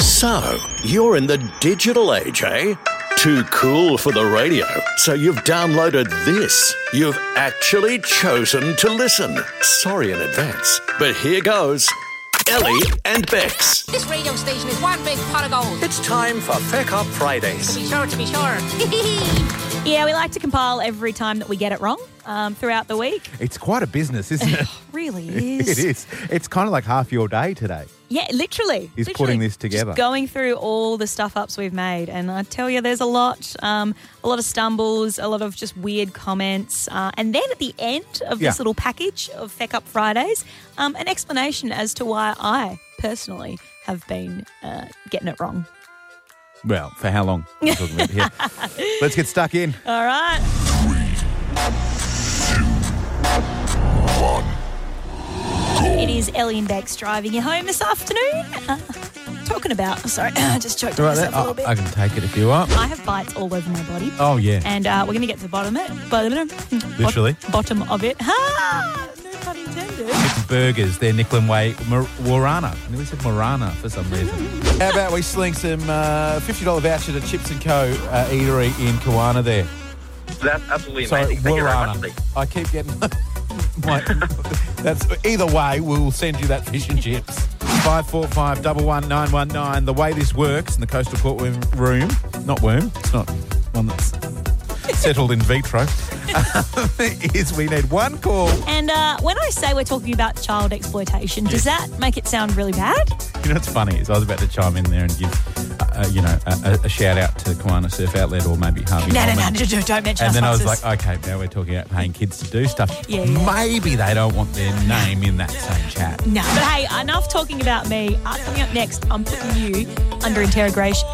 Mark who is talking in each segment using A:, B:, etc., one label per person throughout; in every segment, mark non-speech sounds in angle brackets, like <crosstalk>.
A: So, you're in the digital age, eh? Too cool for the radio. So, you've downloaded this. You've actually chosen to listen. Sorry in advance. But here goes Ellie and Bex.
B: This radio station is one big pot of gold.
C: It's time for Feck Up Fridays.
B: To be sure, to be sure.
D: Yeah, we like to compile every time that we get it wrong um, throughout the week.
E: It's quite a business, isn't it?
D: Really
E: <laughs> it is. It's kind of like half your day today.
D: Yeah, literally.
E: He's
D: literally.
E: putting this together.
D: Just going through all the stuff ups we've made, and I tell you, there's a lot, um, a lot of stumbles, a lot of just weird comments, uh, and then at the end of this
E: Yeah.
D: little package of Feck Up Fridays, um, an explanation as to why I personally have been uh, getting it wrong.
E: Well, for how long? We're talking about here. Let's get stuck in.
D: All right, it is Ellie and Bex driving you home this afternoon. Uh, talking about, I'm sorry, <coughs> I just choked on
E: Right
D: myself
E: there.
D: a little bit.
E: Oh, I can take it if you want.
D: I have bites all over my body.
E: Oh, yeah.
D: And uh, we're going to get to the bottom of it. Bottom, bot-
E: Literally.
D: Bottom of it. Ha! No pun intended.
E: Burgers. They're Nicklin Way Mor- Warana. I nearly said Morana for some reason. how about we sling some uh, $50 voucher to Chips & Co. Uh, eatery in Kiwana there?
F: That's absolutely
E: Sorry,
F: amazing. Thank you very much.
E: Warana. uh, I keep getting... <laughs> my, that's Either way, we'll send you that fish and chips. 545 11919. The way this works in the Coastal Courtroom room, not worm, it's not one that's settled in vitro, <laughs> is we need one call
D: And uh, when I say we're talking about child exploitation, does that make it sound really bad?
E: You know what's funny is I was about to chime in there and give, uh, uh, you know, a, a- a shout out to Kiwana Surf Outlet or maybe Harvey.
D: No, no, no,
E: Norman.
D: no, no, don't mention
E: Oh, And
D: us
E: then I was
D: foxes.
E: like, okay, now we're talking about paying kids to do stuff.
D: Yeah, yeah.
E: Maybe they don't want their name in that same chat.
D: no. But hey, enough talking about me. Uh, coming up next, I'm putting you under interrogation.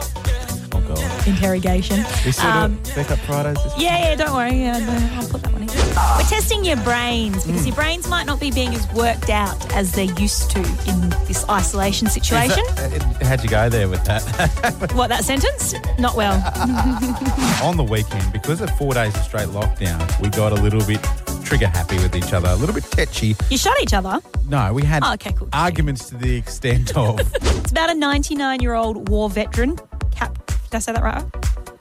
E: Oh, God.
D: Interrogation.
E: We still
D: Um,
E: do it. Back up Fridays. this-
D: Yeah, yeah, don't worry. Yeah, no, I'll put that one in. We're testing your brains
E: Hmm.
D: because your brains might not be being as worked out as they're used to in this isolation
E: Is
D: situation.
E: that- uh, how'd you go there with that? <laughs>
D: What, that sentence? Not well.
E: On the weekend, because of four days of straight lockdown, we got a little bit trigger happy with each other, a little bit tetchy.
D: You shot each other.
E: No, we had
D: Oh, okay, cool.
E: arguments to the extent of.
D: It's about a 99 year old war veteran. Cap, did I say that right?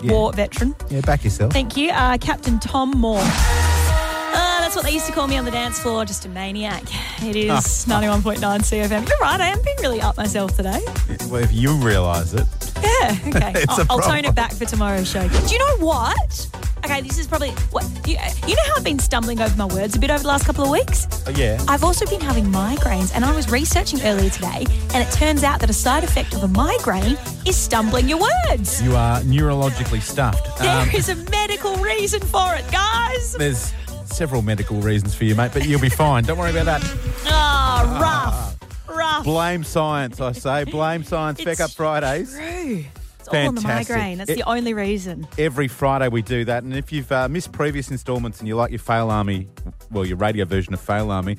E: Yeah.
D: War veteran.
E: <laughs> yeah, back yourself.
D: Thank you. Uh, Captain Tom Moore. Ah, that's what they used to call me on the dance floor, just a maniac. It is
E: <laughs>
D: 91.9 CFM. You're right, I am being really up myself today.
E: Well, if you realise it. <laughs>
D: Yeah, okay.
E: It's
D: I'll,
E: a
D: I'll tone
E: problem.
D: it back for tomorrow's show. Do you know what? Okay, this is probably what you, you know how I've been stumbling over my words a bit over the last couple of weeks?
E: Oh, yeah.
D: I've also been having migraines, and I was researching earlier today, and it turns out that a side effect of a migraine is stumbling your words.
E: You are neurologically stuffed. Um,
D: there is a medical reason for it, guys.
E: there's several medical reasons for you, mate, but you'll be fine. Don't worry about that.
D: Ah, rough, rough.
E: Blame science, I
D: <laughs>
E: say. Blame science. Back
D: It's
E: up Fridays.
D: True. It's all on the
E: Fantastic.
D: migraine. That's
E: It-
D: the only reason.
E: Every Friday we do that. And if you've uh, missed previous installments and you like your Fail Army, well, your radio version of Fail Army,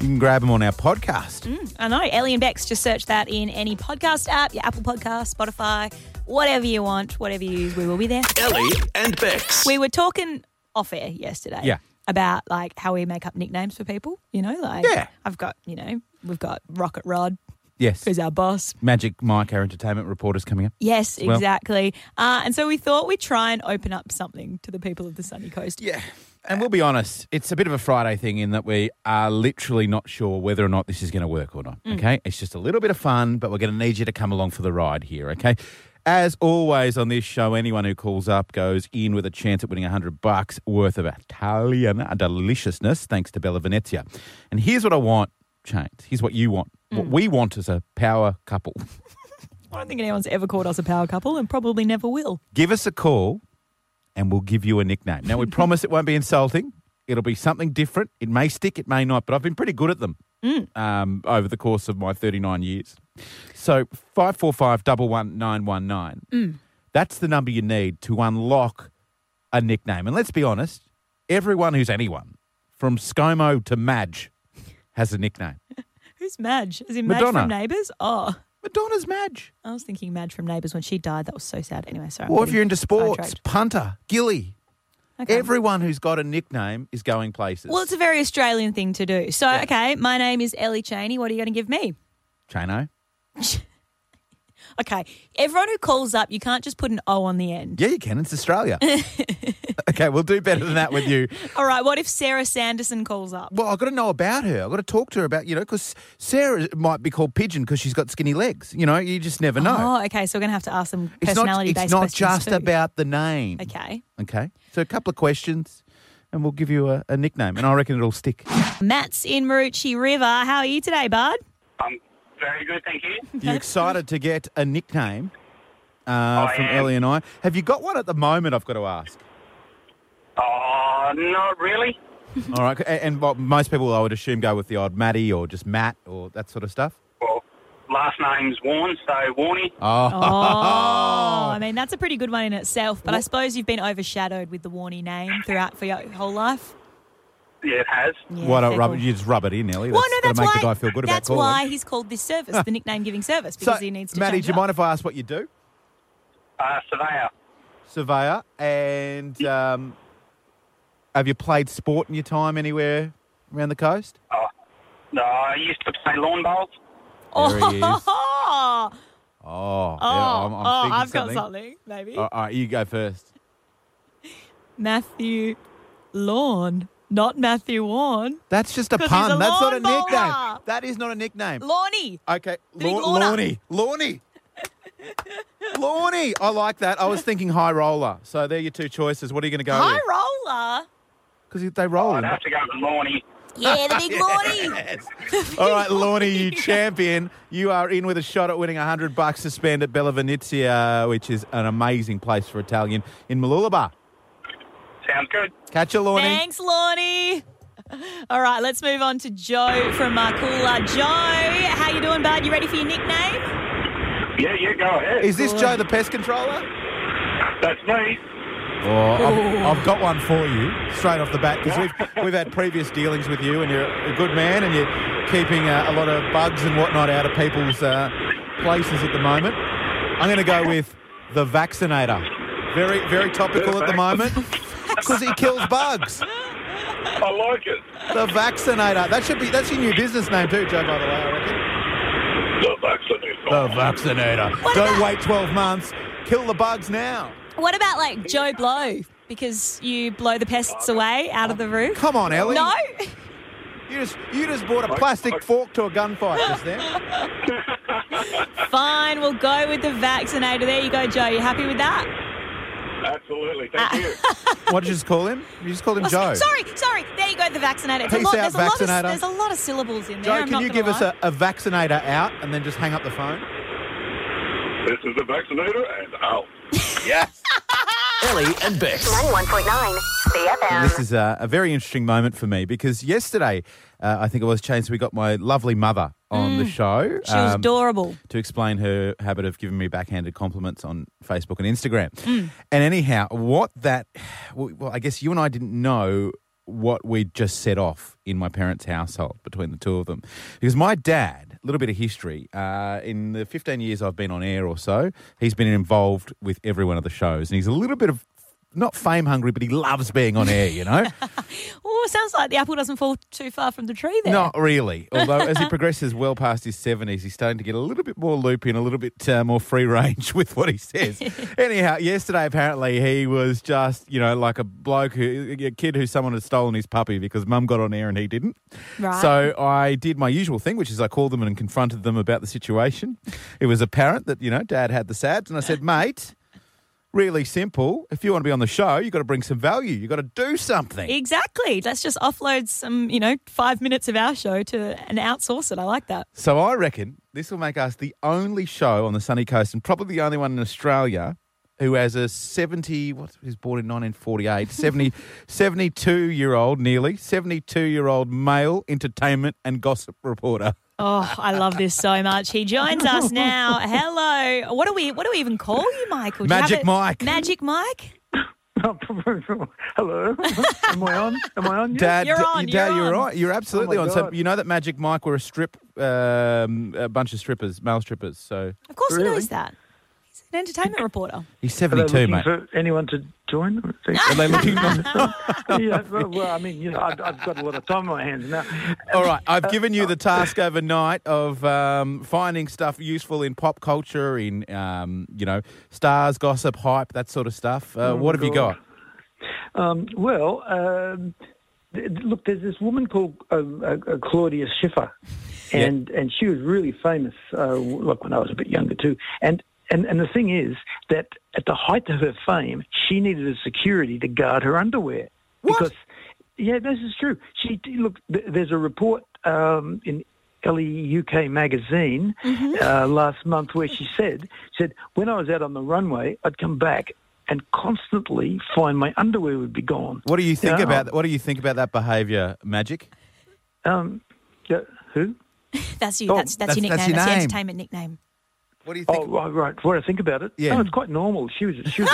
E: you can grab them on our podcast.
D: I know. Ellie and Bex, just search that in any podcast app, your Apple Podcast, Spotify, whatever you want, whatever you use, we will be there.
A: Ellie and Bex.
D: We were talking off air yesterday.
E: Yeah.
D: About like how we make up nicknames for people, you know, like
E: Yeah.
D: I've got, you know, we've got Rocket Rod,
E: Yes.
D: who's our boss.
E: Magic Mike, our entertainment reporter's coming up.
D: Yes,
E: Well-
D: exactly. uh, and so we thought we'd try and open up something to the people of the sunny coast.
E: Yeah. And we'll be honest, it's a bit of a Friday thing in that we are literally not sure whether or not this is going to work or not. Okay. It's just a little bit of fun, but we're going to need you to come along for the ride here. Okay. As always on this show, anyone who calls up goes in with a chance at winning 100 bucks worth of Italian deliciousness, thanks to Bella Venezia. And here's what I want, Chains. Here's what you want. What we want is a power couple.
D: I don't think anyone's ever called us a power couple and probably never will.
E: give us a call and we'll give you a nickname.
D: <laughs>
E: Now, we promise it won't be insulting. It'll be something different. It may stick, it may not, but I've been pretty good at them
D: Mm.
E: um, over the course of my 39 years. So, 545
D: Mm.
E: 11919. That's the number you need to unlock a nickname. And let's be honest, everyone who's anyone, from ScoMo to Madge, has a nickname.
D: Who's Madge? Is it Madge
E: Madonna.
D: from Neighbours? Oh.
E: Madonna's Madge.
D: I was thinking Madge from Neighbours when she died. That was so sad. Anyway, sorry. I'm
E: Or if
D: getting
E: you're into sports,
D: sidetracked.
E: punter, gilly.
D: Okay.
E: Everyone who's got a nickname is going places.
D: Well, it's a very Australian thing to do. So, okay, my name is Ellie Cheney. What are you going to give me?
E: Chano.
D: Okay. Everyone who calls up, you can't just put an O on the end.
E: Yeah, you can.
D: <laughs>
E: It's Australia. okay, we'll do better than that with you.
D: All right. What if Sarah Sanderson calls up?
E: Well, I've got to know about her. I've got to talk to her about, you know, because Sarah might be called Pigeon because she's got skinny legs. You know, you just never know.
D: Oh, okay. So we're going to have to ask them
E: it's not,
D: personality
E: it's
D: based
E: not
D: questions.
E: just
D: too.
E: about the name.
D: Okay.
E: Okay. So a couple of questions and we'll give you a, a nickname and I reckon
D: <laughs>
E: it'll stick.
D: Matt's in Maroochy River. How are you today, bud?
G: I'm um, very good, thank you.
E: You're excited to get a nickname uh,
G: I
E: from
G: am.
E: Ellie and I. Have you got one at the moment, I've got to
D: <laughs>
E: ask?
G: Oh, not really.
E: All right. And, and what most people, I would assume, go with the odd Matty or just Matt or that sort of stuff.
G: Well, last name's Warren, so Warney.
E: Oh, <laughs>
D: Oh, I mean, that's a pretty good one in itself, but I suppose you've been overshadowed with the Warney name throughout for your whole life.
G: Yeah, it has.
D: Yeah,
E: why don't
D: fair
E: rub
D: call.
E: it? uh, You just rub it in, Ellie.
D: Well, no, that's
E: That's to make
D: why.
E: the guy feel good
D: that's
E: about calling.
D: why he's called this service the nickname giving service because
E: so,
D: he needs to.
E: Matty,
D: change
E: do you
D: it
E: mind
D: up.
E: if I ask what you do?
G: Uh, surveyor.
E: Surveyor. And um, have you played sport in your time anywhere around the coast?
G: No, Uh, I used to play lawn bowls.
E: There he is. Oh,
D: <laughs> Oh,
E: yeah,
D: oh,
E: I'm, I'm
D: oh,
E: thinking
D: I've
E: something. Uh,
D: got something. Maybe
E: All right, you go first.
D: Matthew Lawn, not Matthew Warren.
E: That's just a
D: 'Cause he's
E: pun.
D: a
E: That's not a
D: lawn bowler.
E: nickname. That is not a nickname.
D: Lawny.
E: Okay,
D: Big
E: Law-
D: Lorna.
E: Lorny. Lorny. Lorny. I like that. I was thinking high roller. So they're your two choices. What are you going to go
D: High roller.
E: Because they roll.
G: I'd have to go with Lornie.
D: Yeah,
E: <laughs>
D: the big Lorny.
E: All right, Lorny, you champion. You are in with a shot at winning 100 bucks to spend at Bella Venezia, which is an amazing place for Italian in Malulabar.
G: Sounds good.
E: Catch you, Lorny.
D: Thanks, Lorny. All right, let's move on to Joe from Markula. Joe, how you doing, bud? You ready for your nickname?
G: Yeah, yeah, go ahead.
E: Is this Joe the pest controller?
G: That's me.
E: Oh, I've, I've got one for you straight off the bat because we've, we've had previous dealings with you and you're a good man and you're keeping uh, a lot of bugs and whatnot out of people's uh, places at the moment. I'm going to go with the vaccinator. Very, very topical at the moment because he kills bugs.
G: I like it.
E: The Vaccinator. That should be that's your new business name too, Joe. By the way, I reckon.
G: The vaccinator.
E: The Vaccinator. Don't wait twelve months. Kill the bugs now.
D: What about like Joe Blow? Because you blow the pests away out of the roof.
E: Come on, Ellie.
D: No,
E: You just you just brought a plastic fork to a gunfight just then.
D: fine. We'll go with the vaccinator. There you go, Joe. You happy with that?
G: Absolutely, thank
E: <laughs>
G: you.
E: What did you just call him? You just called him Joe.
D: Oh, Sorry, sorry. There you go, the vaccinator. It's a
E: Peace
D: lot,
E: out,
D: there's A lot
E: vaccinator.
D: of, there's a lot of syllables in there.
E: Joe,
D: I'm
E: can
D: not
E: you
D: gonna
E: give us
D: lie.
E: a, a vaccinator out and then just hang up the phone?
G: this is the vaccinator, and out.
E: Yes.
A: Ellie and Bex.
H: 91.9
E: This
H: CFM.
E: is a, a very interesting moment for me because yesterday, uh, I think it was Chance, we got my lovely mother on the show.
D: Mm. She was
E: Um,
D: adorable.
E: to explain her habit of giving me backhanded compliments on Facebook and Instagram. And anyhow, what that, well, well, I guess you and I didn't know what we'd just set off in my parents' household between the two of them. Because my dad, a little bit of history, uh, in the 15 years I've been on air or so, he's been involved with every one of the shows. And he's a little bit of, not fame hungry, but he loves being on air, you know?
D: Oh, sounds like the apple doesn't fall too far from the tree there.
E: Not really. Although as he progresses well past his seventies, he's starting to get a little bit more loopy and a little bit uh, more free range <laughs> with what
D: <laughs>
E: he says. Anyhow, yesterday apparently he was just you know like a bloke who a kid who someone had stolen his puppy because mum got on air and he didn't.
D: Right.
E: So I did my usual thing, which is I called them and confronted them about the situation. It was apparent that you know dad had the sads, and I said, mate. Really simple. If you want to be on the show, you've got to bring some value. You've got to do something.
D: Exactly. Let's just offload some, you know, five minutes of our show to and outsource it. I like that.
E: So I reckon this will make us the only show on the sunny coast and probably the only one in Australia who has a 70, what, he was born in 1948, 70, 72 year old nearly, 72 year old male entertainment and gossip reporter.
D: Oh, I love this so much. He joins us now. Hello. What do we what do we even call you, Michael? Do you have
E: Magic
D: a-
E: Mike.
D: Magic Mike?
I: Oh, <laughs> Hello. Am I on? Am I on? Yeah.
E: Dad,
D: You're
E: d-
D: on,
E: Dad,
D: you're
E: you're
D: on.
E: right. You're absolutely
I: Oh my
E: on. So
I: God.
E: you know that Magic Mike were a strip, um, a bunch of strippers, male strippers. So
D: Of course
I: Really?
D: he knows that. He's an entertainment reporter.
E: he's
I: Are
E: 72,
I: they looking
E: mate.
I: for anyone to join them.
E: Are they looking?
I: <laughs> yeah, well, well, I mean, you know, I've, I've got a lot of time on my hands now.
E: All right,
I: Oh,
E: I've given you the task overnight of um, finding stuff useful in pop culture, in um, you know stars, gossip, hype, that sort of stuff. Uh, what have you got?
I: Oh, God. Um, well, um, th- th- look, there's this woman called um, uh, uh, Claudia Schiffer, and and she was really famous. Uh, w- look, when I was a bit younger too, and. And, and the thing is that at the height of her fame, she needed a security to guard her underwear.
E: What?
I: Because, yeah, this is true. She look. th- There's a report um, in LE UK magazine
E: Mm-hmm.
I: uh, last month where she said said when I was out on the runway, I'd come back and constantly find my underwear would be gone.
E: What do you think
I: Yeah.
E: about what do you think about that behaviour, Magic?
I: Um, yeah, who?
D: That's you.
I: Oh,
D: that's, that's, your nickname. That's
E: that's- that's your
D: your,
E: name.
D: entertainment nickname.
E: What do you
I: Oh, right, right. What I think about it,
E: Yeah.
I: no, it's quite normal. She was, she was.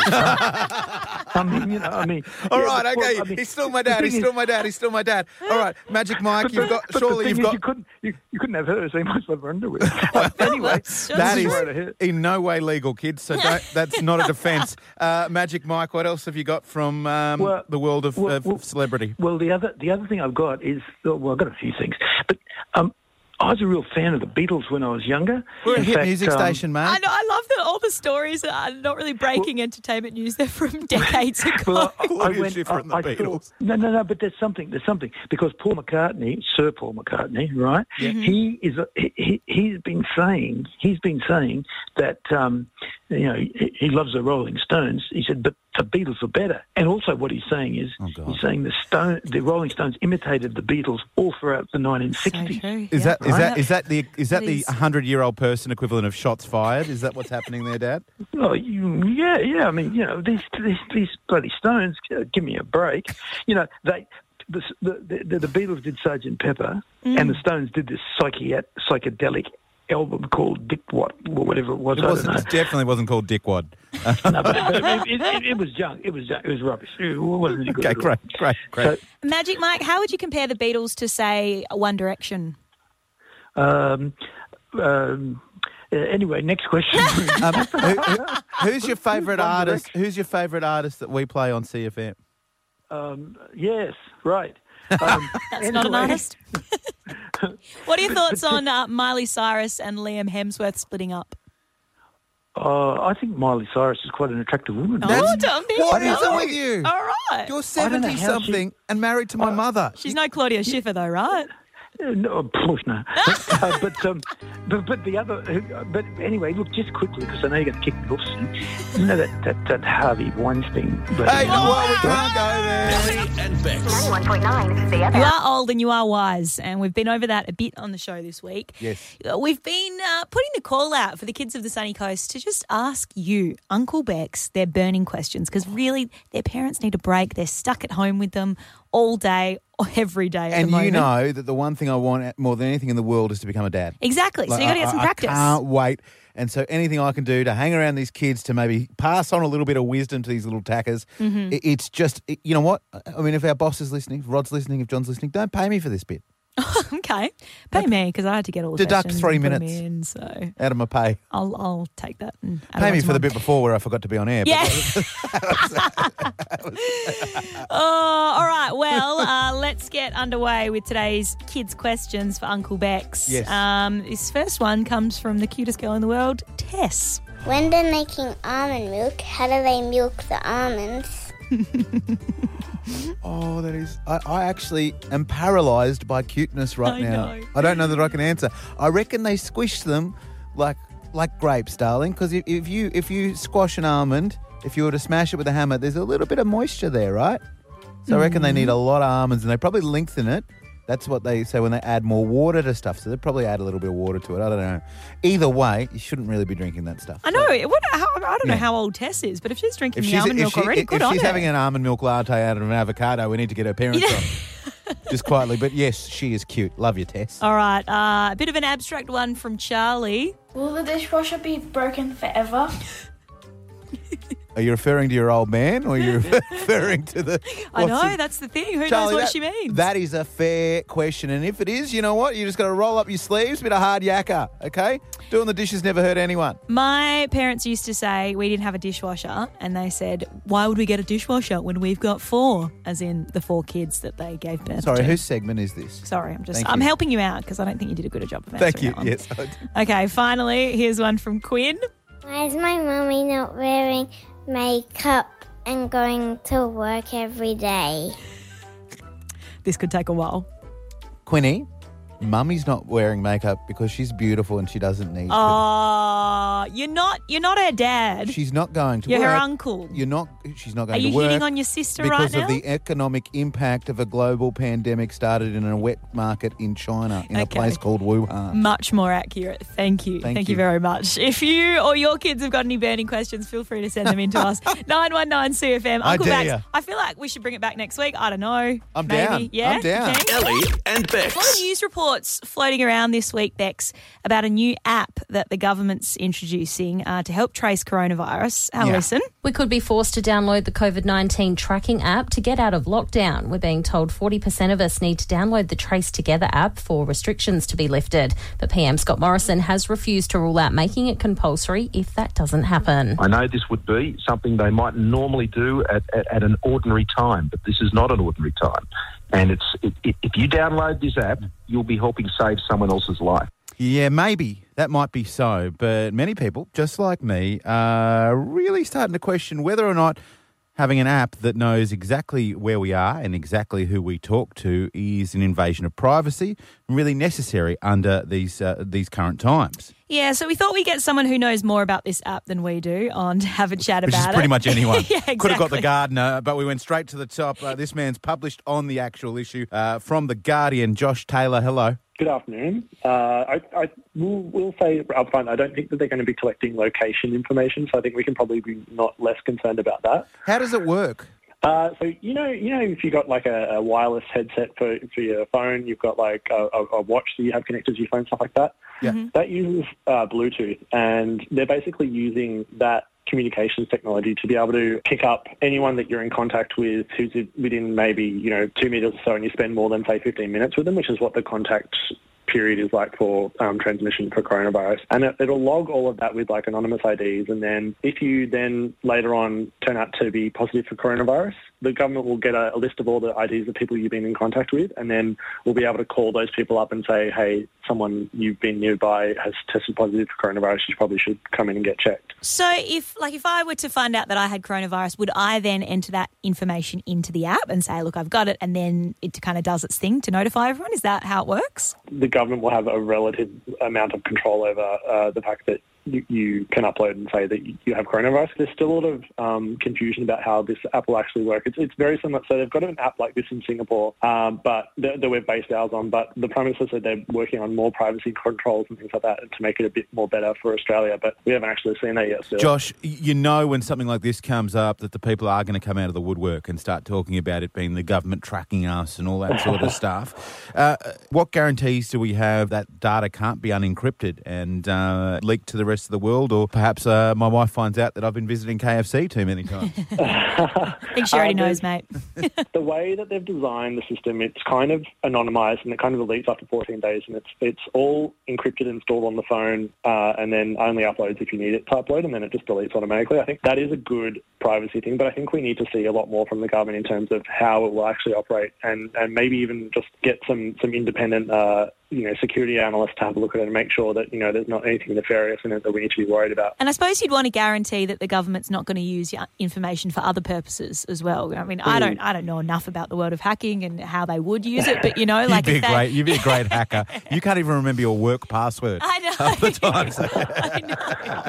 E: <laughs>
I: a star. I mean, you know, I mean.
E: All
I: yeah,
E: right,
I: but, well,
E: okay.
I: I mean,
E: he's still my
I: <laughs> the
E: dad.
I: thing
E: He's
I: is-
E: still my dad. He's still my dad. All right,
I: <laughs>
E: Magic Mike,
I: but
E: you've
I: the-
E: got.
I: but the
E: Surely
I: thing
E: you've
I: is
E: got.
I: You couldn't, you, you couldn't have hers. They must love her underwear.
E: <laughs>
I: Uh, anyway,
D: that's
E: That
I: this
E: is
I: right ahead.
E: in no way legal, kids. So
I: <laughs>
E: don't, that's not a defence. Uh, Magic Mike, what else have you got from um,
I: Well,
E: the world of,
I: well,
E: of
I: well-
E: celebrity?
I: Well, the other the other thing I've got is well, I've got a few things, but um, I was a real fan of the Beatles when I was younger.
E: We're a
I: In
E: hit
I: fact,
E: music
I: um,
E: station, mate.
D: I know. I love that all the stories are not really breaking entertainment news. They're from <laughs> decades ago.
I: Well,
D: <laughs>
I: I, I
E: Claudia
I: went,
E: Schiffer
I: I,
E: and the
I: I saw-
E: Beatles.
I: no, no, no. But there's something. There's something because Paul McCartney, Sir Paul McCartney, right? He is. A, he, he- he's been saying. He's been saying that um, you know he, he loves the Rolling Stones. He said, but the Beatles are better. And also, what he's saying is
E: Oh, God.
I: he's saying the Stone, the Rolling Stones imitated the Beatles all throughout the 1960s.
E: Is that is that is that the is that the
D: Please.
E: hundred year old person equivalent of shots fired? Is that what's happening there,
I: <laughs>
E: Dad?
I: Oh, you, yeah, yeah. I mean, you know, these these, these bloody stones. uh, Give me a break. You know, they the the, the, the Beatles did Sergeant Pepper,
D: Mm.
I: and the Stones did this psychiat, psychedelic album called Dick What or whatever it was.
E: It
I: I
E: wasn't. It
I: don't
E: definitely wasn't called Dickwad.
I: know. No, but, but it, it, it was junk. It was junk. It was rubbish. It wasn't any
E: <laughs>
I: good
E: Okay,
I: at all.
E: great, great, great.
D: Magic Mike, how would you compare the Beatles to, say, One Direction?
I: Um, um, uh, anyway, next
D: <laughs>
I: question. Uh,
E: Um, who- who- who's your favourite artist? Who's your favourite artist that we play on CFM?
I: yes,
D: <laughs>
I: right. Um,
D: That's not an
E: <laughs>
D: artist. what are your thoughts on uh, Miley Cyrus and Liam Hemsworth splitting up?
I: Uh, I think Miley Cyrus is quite an attractive woman.
D: oh, don't be
E: What
D: silly.
E: is it with you?
D: All right.
E: You're
I: Uh, I don't know
E: seventy
I: how she- Oh.
E: something and married to my mother.
D: She's no Claudia Schiffer, though, right?
I: Uh, No, of course not. uh, but, um, but but the other. uh, But anyway, look just quickly because I know you're going to kick me off. soon. You know that that, that Harvey Weinstein. um, bloody-
E: Hey, well, we can't go there.
A: Ellie and Bex.
H: 91.9, the
D: You
H: FM.
D: are old and you are wise, and we've been over that a bit on the show this week.
E: Yes.
D: Uh, We've been uh, putting the call out for the kids of the sunny coast to just ask you, Uncle Bex, their burning questions because really their parents need a break. They're stuck at home with them all day or every day. At
E: And
D: the moment.
E: you know that the one thing I want more than anything in the world is to become a dad.
D: Exactly.
E: Like,
D: so you got to
E: I-
D: get some
E: I-
D: practice.
E: I can't wait. And so anything I can do to hang around these kids to maybe pass on a little bit of wisdom to these little tackers,
D: Mm-hmm.
E: i- it's just, i- you know what? I mean, if our boss is listening, if Rod's listening, if John's listening, don't pay me for this bit
D: Okay. Pay me because I had to get all the
E: Deduct
D: questions
E: three
D: and put 'em
E: minutes.
D: In, so
E: out of my pay.
D: I'll, I'll take that. And add it
E: Pay me
D: onto
E: for the
D: mine.
E: bit before where I forgot to be on air. but-
D: <laughs> Yeah.
E: <laughs>
D: <laughs> oh, all right. Well, uh, let's get underway with today's kids' questions for Uncle Bex.
E: Yes.
D: Um, this first one comes from the cutest girl in the world, Tess.
J: When they're making almond milk, how do they milk the almonds?
E: Oh, that is. I, I actually am paralysed by cuteness right
D: I
E: now.
D: know.
E: I don't know that I can answer. I reckon they squish them like like grapes, darling. Because if, if you if you squash an almond, if you were to smash it with a hammer, there's a little bit of moisture there, right? So I reckon they
D: Mm.
E: need a lot of almonds, and they probably lengthen it. That's what they say when they add more water to stuff. So they probably add a little bit of water to it. I don't know. Either way, you shouldn't really be drinking that stuff.
D: I know. It, what, how, I don't know
E: Yeah.
D: how old Tess is, but if she's drinking
E: If
D: the
E: she's,
D: almond
E: if
D: milk
E: she-
D: already,
E: if
D: good on
E: she's
D: her.
E: having an almond milk latte out of an avocado, we need to get her parents on. Just quietly. But yes, she is cute. Love you, Tess.
D: all right. Uh, a bit of an abstract one from Charlie.
J: Will the dishwasher be broken forever?
E: Are you referring to your old man or
D: <laughs>
E: are you referring to the.
D: I
E: what's
D: know,
E: his-
D: that's the thing. Who knows
E: Charlie,
D: what
E: that-
D: she means?
E: That is a fair question. And if it is, you know what? You just got to roll up your sleeves, bit of hard yakka, okay? Doing the dishes never hurt anyone.
D: My parents used to say we didn't have a dishwasher, and they said, Why would we get a dishwasher when we've got four? As in the four kids that they gave birth
E: Sorry,
D: to.
E: whose segment is this?
D: Sorry, I'm just
E: Thank
D: I'm
E: you.
D: helping you out because I don't think you did a good job of answering
E: Thank you.
D: that one.
E: Yes. I do.
D: Okay, finally, here's one from Quinn.
J: Why is my mummy not wearing makeup and going to work every day?
D: This could take a while.
E: Quinny, mummy's not wearing makeup because she's beautiful and she doesn't need to.
D: Oh, you're not you're not her dad.
E: She's not going to
D: You're her
E: work.
D: uncle.
E: You're not. She's not
D: Are
E: going
D: you
E: to work.
D: hitting on your sister right
E: because
D: now?
E: of the economic impact of a global pandemic started in a wet market in China in a
D: Okay.
E: place called Wuhan.
D: Much more accurate. Thank you.
E: Thank
D: Thank, you.
E: you.
D: very much. If you or your kids have got any burning questions, feel free to send them in to
E: <laughs>
D: us. 919 CFM.
E: I
D: Uncle
E: dare
D: Bax,
E: ya.
D: I feel like we should bring it back next week. I don't know.
E: I'm
D: Maybe.
E: down.
D: Yeah?
E: I'm down.
D: You think?
A: Ellie and
D: A lot of
A: Bex.
D: news reports floating around this week, Bex, about a new app that the government's introducing uh, to help trace coronavirus. Have a
E: Yeah.
D: listen.
H: We could be forced to download the COVID 19 tracking app to get out of lockdown. We're being told 40% of us need to download the Trace Together app for restrictions to be lifted. But PM Scott Morrison has refused to rule out making it compulsory if that doesn't happen.
F: I know this would be something they might normally do at, at, at an ordinary time, but this is not an ordinary time. And it's it, it, if you download this app, you'll be helping save someone else's life.
E: Yeah, maybe that might be so, but many people, just like me, are really starting to question whether or not having an app that knows exactly where we are and exactly who we talk to is an invasion of privacy, and really necessary under these uh, these current times.
D: Yeah, so we thought we'd get someone who knows more about this app than we do on to have a chat
E: Which
D: about
E: is
D: it.
E: pretty much
D: <laughs>
E: anyone.
D: yeah, exactly.
E: Could have got the Gardener, but we went straight to the top. Uh, this man's published on the actual issue uh, from the Guardian. Josh Taylor, hello.
I: Good afternoon. Uh, I, I will, will say upfront, I don't think that they're going to be collecting location information, so I think we can probably be not less concerned about that.
E: How does it work?
I: Uh, so you know, you know, if you got like a, a wireless headset for for your phone, you've got like a, a, a watch that you have connected to your phone, stuff like that.
E: Yeah.
I: That uses uh, Bluetooth, and they're basically using that communications technology to be able to pick up anyone that you're in contact with who's within maybe you know two meters or so, and you spend more than say 15 minutes with them, which is what the contact period is like for um, transmission for coronavirus. And it, it'll log all of that with like anonymous IDs. And then if you then later on turn out to be positive for coronavirus, the government will get a, a list of all the IDs of people you've been in contact with. And then we'll be able to call those people up and say, hey, someone you've been nearby has tested positive for coronavirus. You probably should come in and get checked.
D: So if like if I were to find out that I had coronavirus, would I then enter that information into the app and say, look, I've got it, and then it kind of does its thing to notify everyone? Is that how it works?
I: The government will have a relative amount of control over uh, the fact that you, you can upload and say that you- you have coronavirus. There's still a lot of um, confusion about how this app will actually work. It's, it's very similar. So they've got an app like this in Singapore, um, but that that we've based ours on. But the premise is that they're working on more privacy controls and things like that to make it a bit more better for Australia. But we haven't actually seen that yet. Still.
E: Josh, y- you know when something like this comes up that the people are going to come out of the woodwork and start talking about it being the government tracking us and all that sort of stuff. Uh, what guarantees do we have that data can't be unencrypted and uh, leaked to the rest of the world? Or perhaps uh, my wife finds out that I've been visiting KFC too many times.
D: I think she
E: Um,
D: already
I: Uh,
D: knows, mate.
I: the way that they've designed the system, it's kind of anonymized and it kind of deletes after 14 days, and it's it's all encrypted and stored on the phone, uh, and then only uploads if you need it to upload, and then it just deletes automatically. I think that is a good privacy thing, but I think we need to see a lot more from the government in terms of how it will actually operate, and, and maybe even just get some some independent. Uh, you know, security analysts to have a look at it and make sure that, you know, there's not anything nefarious in it that we need to be worried about.
D: And I suppose you'd want to guarantee that the government's not going to use your information for other purposes as well. I mean, I don't, I don't know enough about the world of hacking and how they would use it, but you know, like
E: <laughs> you'd,
D: if
E: be a
D: they,
E: great, you'd be a great hacker. You can't even remember your work password.
D: <laughs>
E: <laughs>
D: I know. <laughs> I know.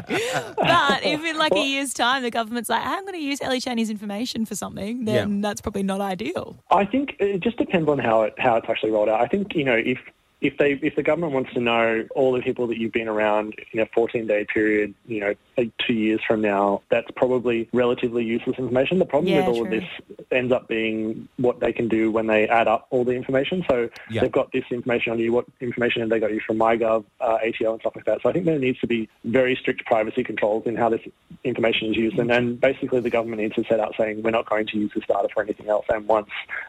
D: But if in like a year's time the government's like, I'm going to use Ellie Cheney's information for something, then
E: Yeah.
D: that's probably not ideal.
I: I think it just depends on how it how it's actually rolled out. I think you know if if they if the government wants to know all the people that you've been around in a 14 day period, you know, say two years from now, that's probably relatively useless information. The problem
K: Yeah,
I: with
K: true.
I: all of this ends up being what they can do when they add up all the information. So
K: Yeah.
I: they've got this information on you. What information have they got you from MyGov, uh, ATO, and stuff like that? So I think there needs to be very strict privacy controls in how this information is used. And then basically the government needs to set out saying we're not going to use this data for anything else. And once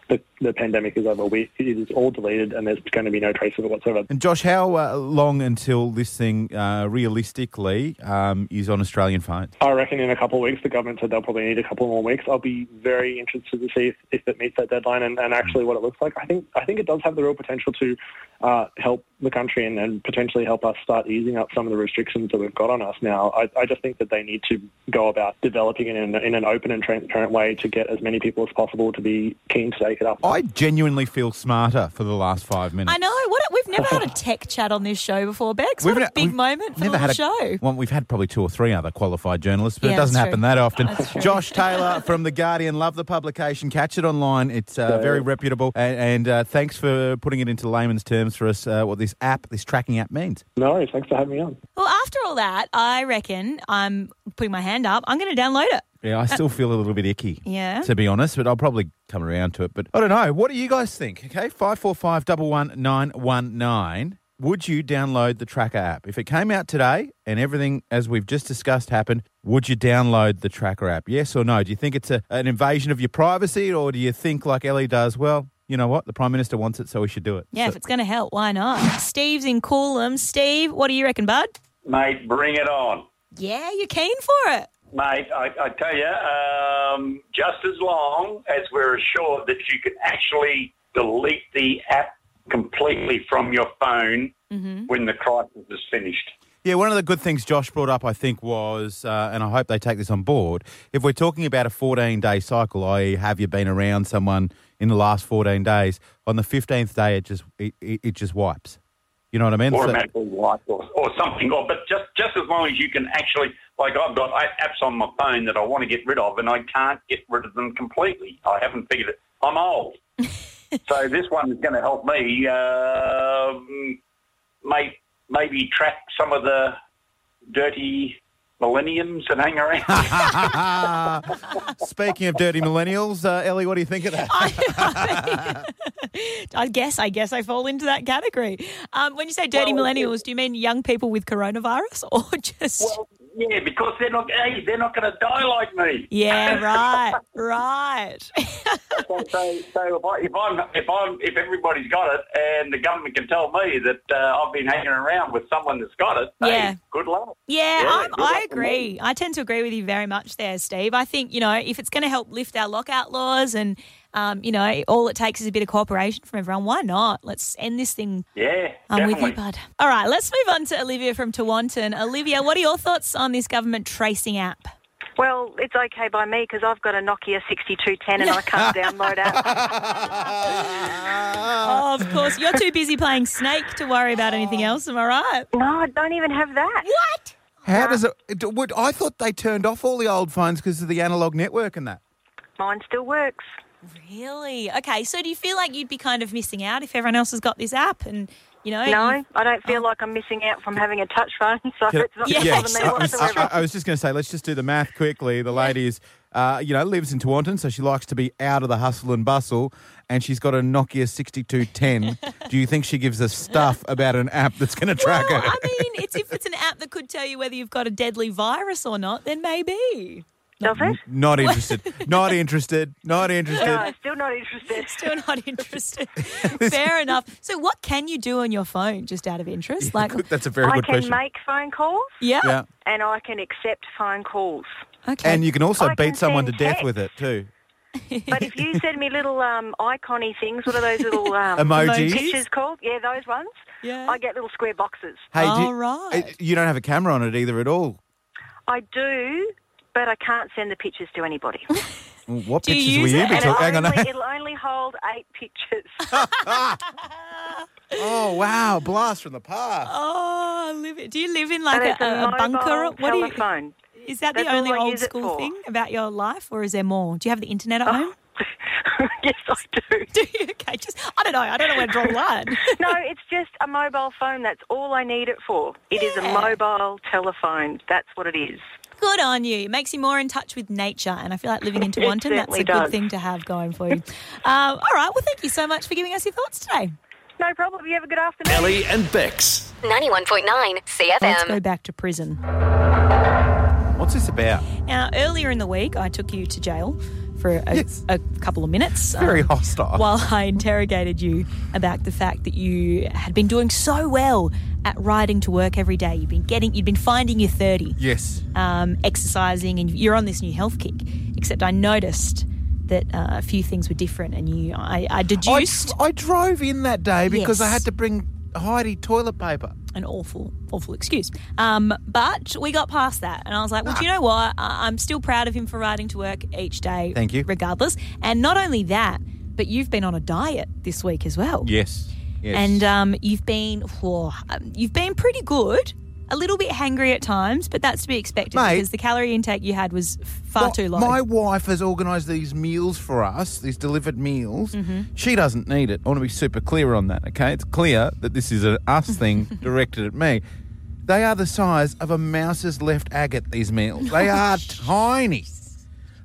I: the, the pandemic is over, we, it is all deleted and there's going to be no trace of it whatsoever.
E: And Josh, how uh, long until this thing uh, realistically um, is on Australian phones?
I: I reckon in a couple of weeks, the government said they'll probably need a couple more weeks. I'll be very interested to see if, if it meets that deadline and, and actually what it looks like. I think I think it does have the real potential to uh, help the country and, and potentially help us start easing up some of the restrictions that we've got on us now. I, I just think that they need to go about developing it in, in an open and transparent way to get as many people as possible to be keen to take it up.
E: I genuinely feel smarter for the last five minutes.
D: I know. What a, we've never had a tech chat on this show before, Bex. What
E: We've
D: a
E: ne-
D: big
E: we've
D: moment for the
E: had a
D: show.
E: Well, we've had probably two or three other qualified journalists, but
D: Yeah,
E: it doesn't
D: that's
E: happen
D: true.
E: that often.
D: That's true. <laughs>
E: Josh Taylor from The Guardian, love the publication. Catch it online. It's uh, very reputable. And, and uh, thanks for putting it into layman's terms for us uh, what this app, this tracking app means.
I: No worries. Thanks for having me on.
D: Well, after all that, I reckon I'm putting my hand up. I'm going to download it.
E: Yeah, I still feel a little bit icky.
D: Yeah.
E: To be honest, but I'll probably come around to it. But I don't know. What do you guys think? Okay, five four five double one nine one nine. Would you download the tracker app if it came out today and everything as we've just discussed happened? Would you download the tracker app? Yes or no? Do you think it's a, an invasion of your privacy, or do you think like Ellie does? Well, you know what? The prime minister wants it, so we should do it.
D: Yeah, if it's going to help, why not? Steve's in Coolum. Steve, what do you reckon, bud?
L: Mate, bring it on.
D: Yeah, you're keen for it.
L: <laughs> Mate, I, I tell you, um, just as long as we're assured that you can actually delete the app completely from your phone when the crisis is finished.
E: Yeah, one of the good things Josh brought up, I think, was, uh, and I hope they take this on board, if we're talking about a 14 day cycle, i.e., have you been around someone in the last 14 days, on the 15th day, it just, it, it, it just wipes. You know what I mean? So-
L: automatically wiped or, or something. Or, but just, just as long as you can actually, like I've got a- apps on my phone that I want to get rid of and I can't get rid of them completely. I haven't figured it.
D: <laughs>
L: I'm old. so this one is going to help me um, may, maybe track some of the dirty millenniums that hang around.
E: Speaking of dirty millennials, uh, Ellie, what do you think of that? <laughs>
D: I guess, I guess I fall into that category. Um, when you say dirty
L: Well,
D: millennials, do you mean young people with coronavirus <laughs> or just.
L: yeah, because they're not, hey, they're not going to die like me.
D: yeah, right, right.
L: so, so, so if, I, if I'm if I'm if everybody's got it and the government can tell me that uh, I've been hanging around with someone that's got it,
D: Yeah.
L: hey, good luck.
D: Yeah,
L: Yeah,
D: I'm,
L: good luck
D: I
L: with
D: agree. I tend to agree with you very much there, Steve. I think, you know, if it's going to help lift our lockout laws and, um, you know, all it takes is a bit of cooperation from everyone, why not? Let's end this thing.
L: Yeah,
D: I'm with
L: definitely.
D: you, bud. All right, let's move on to Olivia from Tawantin. Olivia, what are your thoughts on this government tracing app?
M: Well, it's okay by me because I've got a Nokia 6210 and I can't download
D: Oh, of course. You're too busy playing Snake to worry about anything else, am I right?
M: No, I don't even have that.
D: What?
E: How does it. d- Would, I thought they turned off all the old phones because of the analog network and that.
M: Mine still works.
D: Really? Okay, so do you feel like you'd be kind of missing out if everyone else has got this app and, you know?
M: No,
D: you've-
M: I don't feel like I'm missing out from having a touch phone, <laughs> so
E: Can I- Uh,
M: it's not going to bother me
E: I, was,
M: whatsoever.
E: I- I was just going to say, let's just do the math quickly. The lady is, uh, you know, lives in Taunton, so she likes to be out of the hustle and bustle, and she's got a Nokia 6210. do you think she gives us stuff about an app that's going to track
D: well,
E: her?
D: I mean, it's if it's an app that could tell you whether you've got a deadly virus or not, then maybe.
M: Does it?
E: Not interested. Not interested.
M: <laughs>
E: Not
M: No,
E: interested.
M: still not interested.
D: Still
E: <laughs>
D: not interested. Fair enough. So, what can you do on your phone, just out of interest? like,
E: That's a very
M: I
E: good
M: can
E: question.
M: make phone calls.
D: Yeah.
E: Yeah.
M: And I can accept
H: <laughs>
M: phone calls.
E: And you can also
M: I
E: beat
M: can
E: someone to
M: send
E: death
M: text.
E: with it too.
M: But if you send me little um, icony things, what are those little um,
E: Emojis?
M: pictures called? Yeah, those ones. Yeah. I get little square boxes.
E: Hey, do you, eh, you don't have a camera on it either at all.
M: I do, but I can't send the pictures to anybody.
E: What
M: Do
E: pictures will you be
M: And it'll
E: talking? Hang on.
M: only, It'll only hold eight
D: <laughs>
M: pictures.
E: <laughs> Oh wow! Blast from the past.
D: oh, I live it. Do you live in
M: And
D: like
M: it's
D: a, a,
M: mobile
D: bunker? do you?
M: telephone.
D: Is that
M: That's
D: the only
M: all I
D: old
M: use it
D: school
M: for. Oh.
D: thing about your life, or is there more? Do you have the internet at home?
M: <laughs>
D: <laughs>
M: yes, I do.
D: Do you? Okay, just I don't know. I don't know where to draw the line.
M: <laughs> no, it's just a mobile phone. That's all I need it for. It is a mobile telephone. That's what it is.
D: Good on you. It makes you more in touch with nature. And I feel like living in
M: <laughs> It
D: Tewonton, that's a
M: certainly
D: good
M: does.
D: thing to have going for
M: <laughs>
D: you. um, all right. Well, thank you so much for giving us your thoughts today.
M: No problem. You have a good afternoon.
A: Ellie and Bex.
H: 91.9 CFM.
D: Let's go back to prison.
E: What's this about?
D: Now, earlier in the week, I took you to jail for a, a couple of minutes. um,
E: Very hostile.
D: While I interrogated you about the fact that you had been doing so well at riding to work every day. You've been getting, you'd been finding your 30.
E: Yes.
D: um, exercising and you're on this new health kick. Except I noticed that uh, a few things were different, and you, I, I deduced
E: I, I drove in that day because I
D: Yes.
E: had to bring Heidi toilet paper.
D: an awful, awful excuse. Um, but we got past that, and I was like, well, do you know what? I, I'm still proud of him for riding to work each day.
E: Thank you.
D: Regardless, and not only that, but you've been on a diet this week as well.
E: Yes. Yes.
D: And um, you've been, whoa, um, you've been pretty good. A little bit hangry at times, but that's to be expected
E: Mate.
D: because the calorie intake you had was far
E: Well,
D: too low.
E: My wife has organised these meals for us, these delivered meals.
D: Mm-hmm.
E: She doesn't need it. I want to be super clear on that, okay? It's clear that this is an
D: <laughs>
E: us thing directed at me. They are the size of a mouse's left agate, these meals.
D: <laughs>
E: They
D: Oh,
E: are tiny.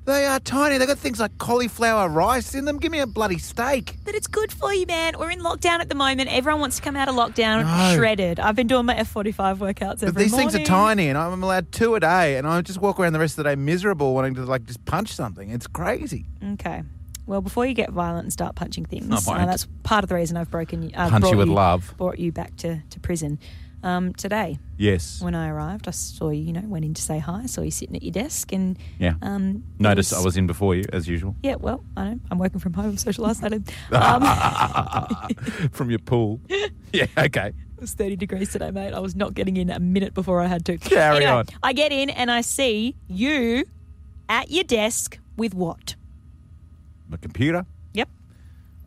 E: They are tiny. They've got things like cauliflower rice in them. Give me a bloody steak.
D: But it's good for you, man. We're in lockdown at the moment. Everyone wants to come out of lockdown
E: No.
D: shredded. I've been doing my F45 workouts every
E: But these
D: morning.
E: things are tiny, and I'm allowed two a day, and I just walk around the rest of the day miserable, wanting to like just punch something. It's crazy.
D: Okay. Well, before you get violent and start punching things,
E: I won't.
D: uh, that's part of the reason I've broken you. Uh,
E: Punch
D: brought
E: you with love.
D: Brought you back to, to prison. Um, today,
E: Yes.
D: when I arrived, I saw you, you know, went in to say hi, saw you sitting at your desk, and
E: Yeah.
D: um,
E: Notice I was in before you, as usual.
D: yeah, well, I know. I'm working from home, social isolated. Um,
E: <laughs> From your pool. <laughs> Yeah, okay.
D: It was 30 degrees today, mate. I was not getting in a minute before I had to.
E: Carry
D: anyway,
E: on.
D: I get in and I see you at your desk with what?
E: My computer.
D: Yep.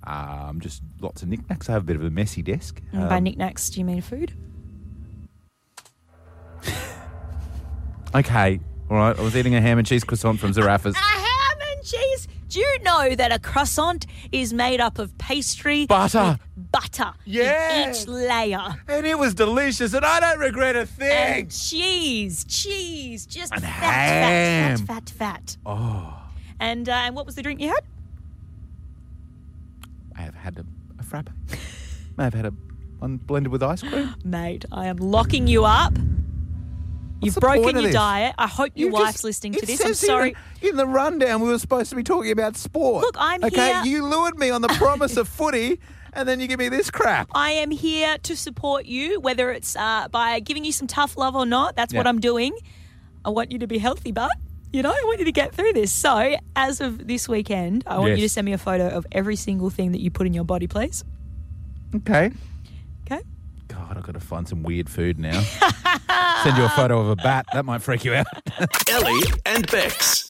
E: Um, just lots of knickknacks. I have a bit of a messy desk.
D: And by
E: Um,
D: knickknacks, do you mean food?
E: okay, all right. I was eating a ham and cheese croissant
D: <laughs>
E: from Zarafa's.
D: A ham and cheese. Do you know that a croissant is made up of pastry,
E: Butter.
D: with butter
E: Yeah.
D: in each layer,
E: And it was delicious, and I don't regret a
D: and
E: thing.
D: cheese, cheese, just
E: And
D: fat,
E: ham.
D: fat, fat, fat, fat.
E: Oh,
D: And uh, and what was the drink you had?
E: I have had a, a frappe. May have had a one blended with ice cream.
D: Mate, I am locking you up. You've
E: the
D: broken
E: point of
D: your
E: this?
D: diet. I hope your
E: You
D: wife's
E: just-
D: listening
E: it
D: to this. I'm
E: says here
D: sorry.
E: In the rundown, we were supposed to be talking about sport.
D: Look, I'm
E: okay.
D: here-
E: You lured me on the promise of footy, and then you give me this crap.
D: I am here to support you, whether it's uh, by giving you some tough love or not. That's what
E: Yeah.
D: I'm doing. I want you to be healthy, but you know, I want you to get through this. So, as of this weekend, I want
E: Yes.
D: you to send me a photo of every single thing that you put in your body, please.
E: Okay.
D: Okay.
E: God, I've got to find some weird
D: <laughs>
E: food now. Send you a photo of a bat. That might freak you out. <laughs>
A: Ellie and Bex.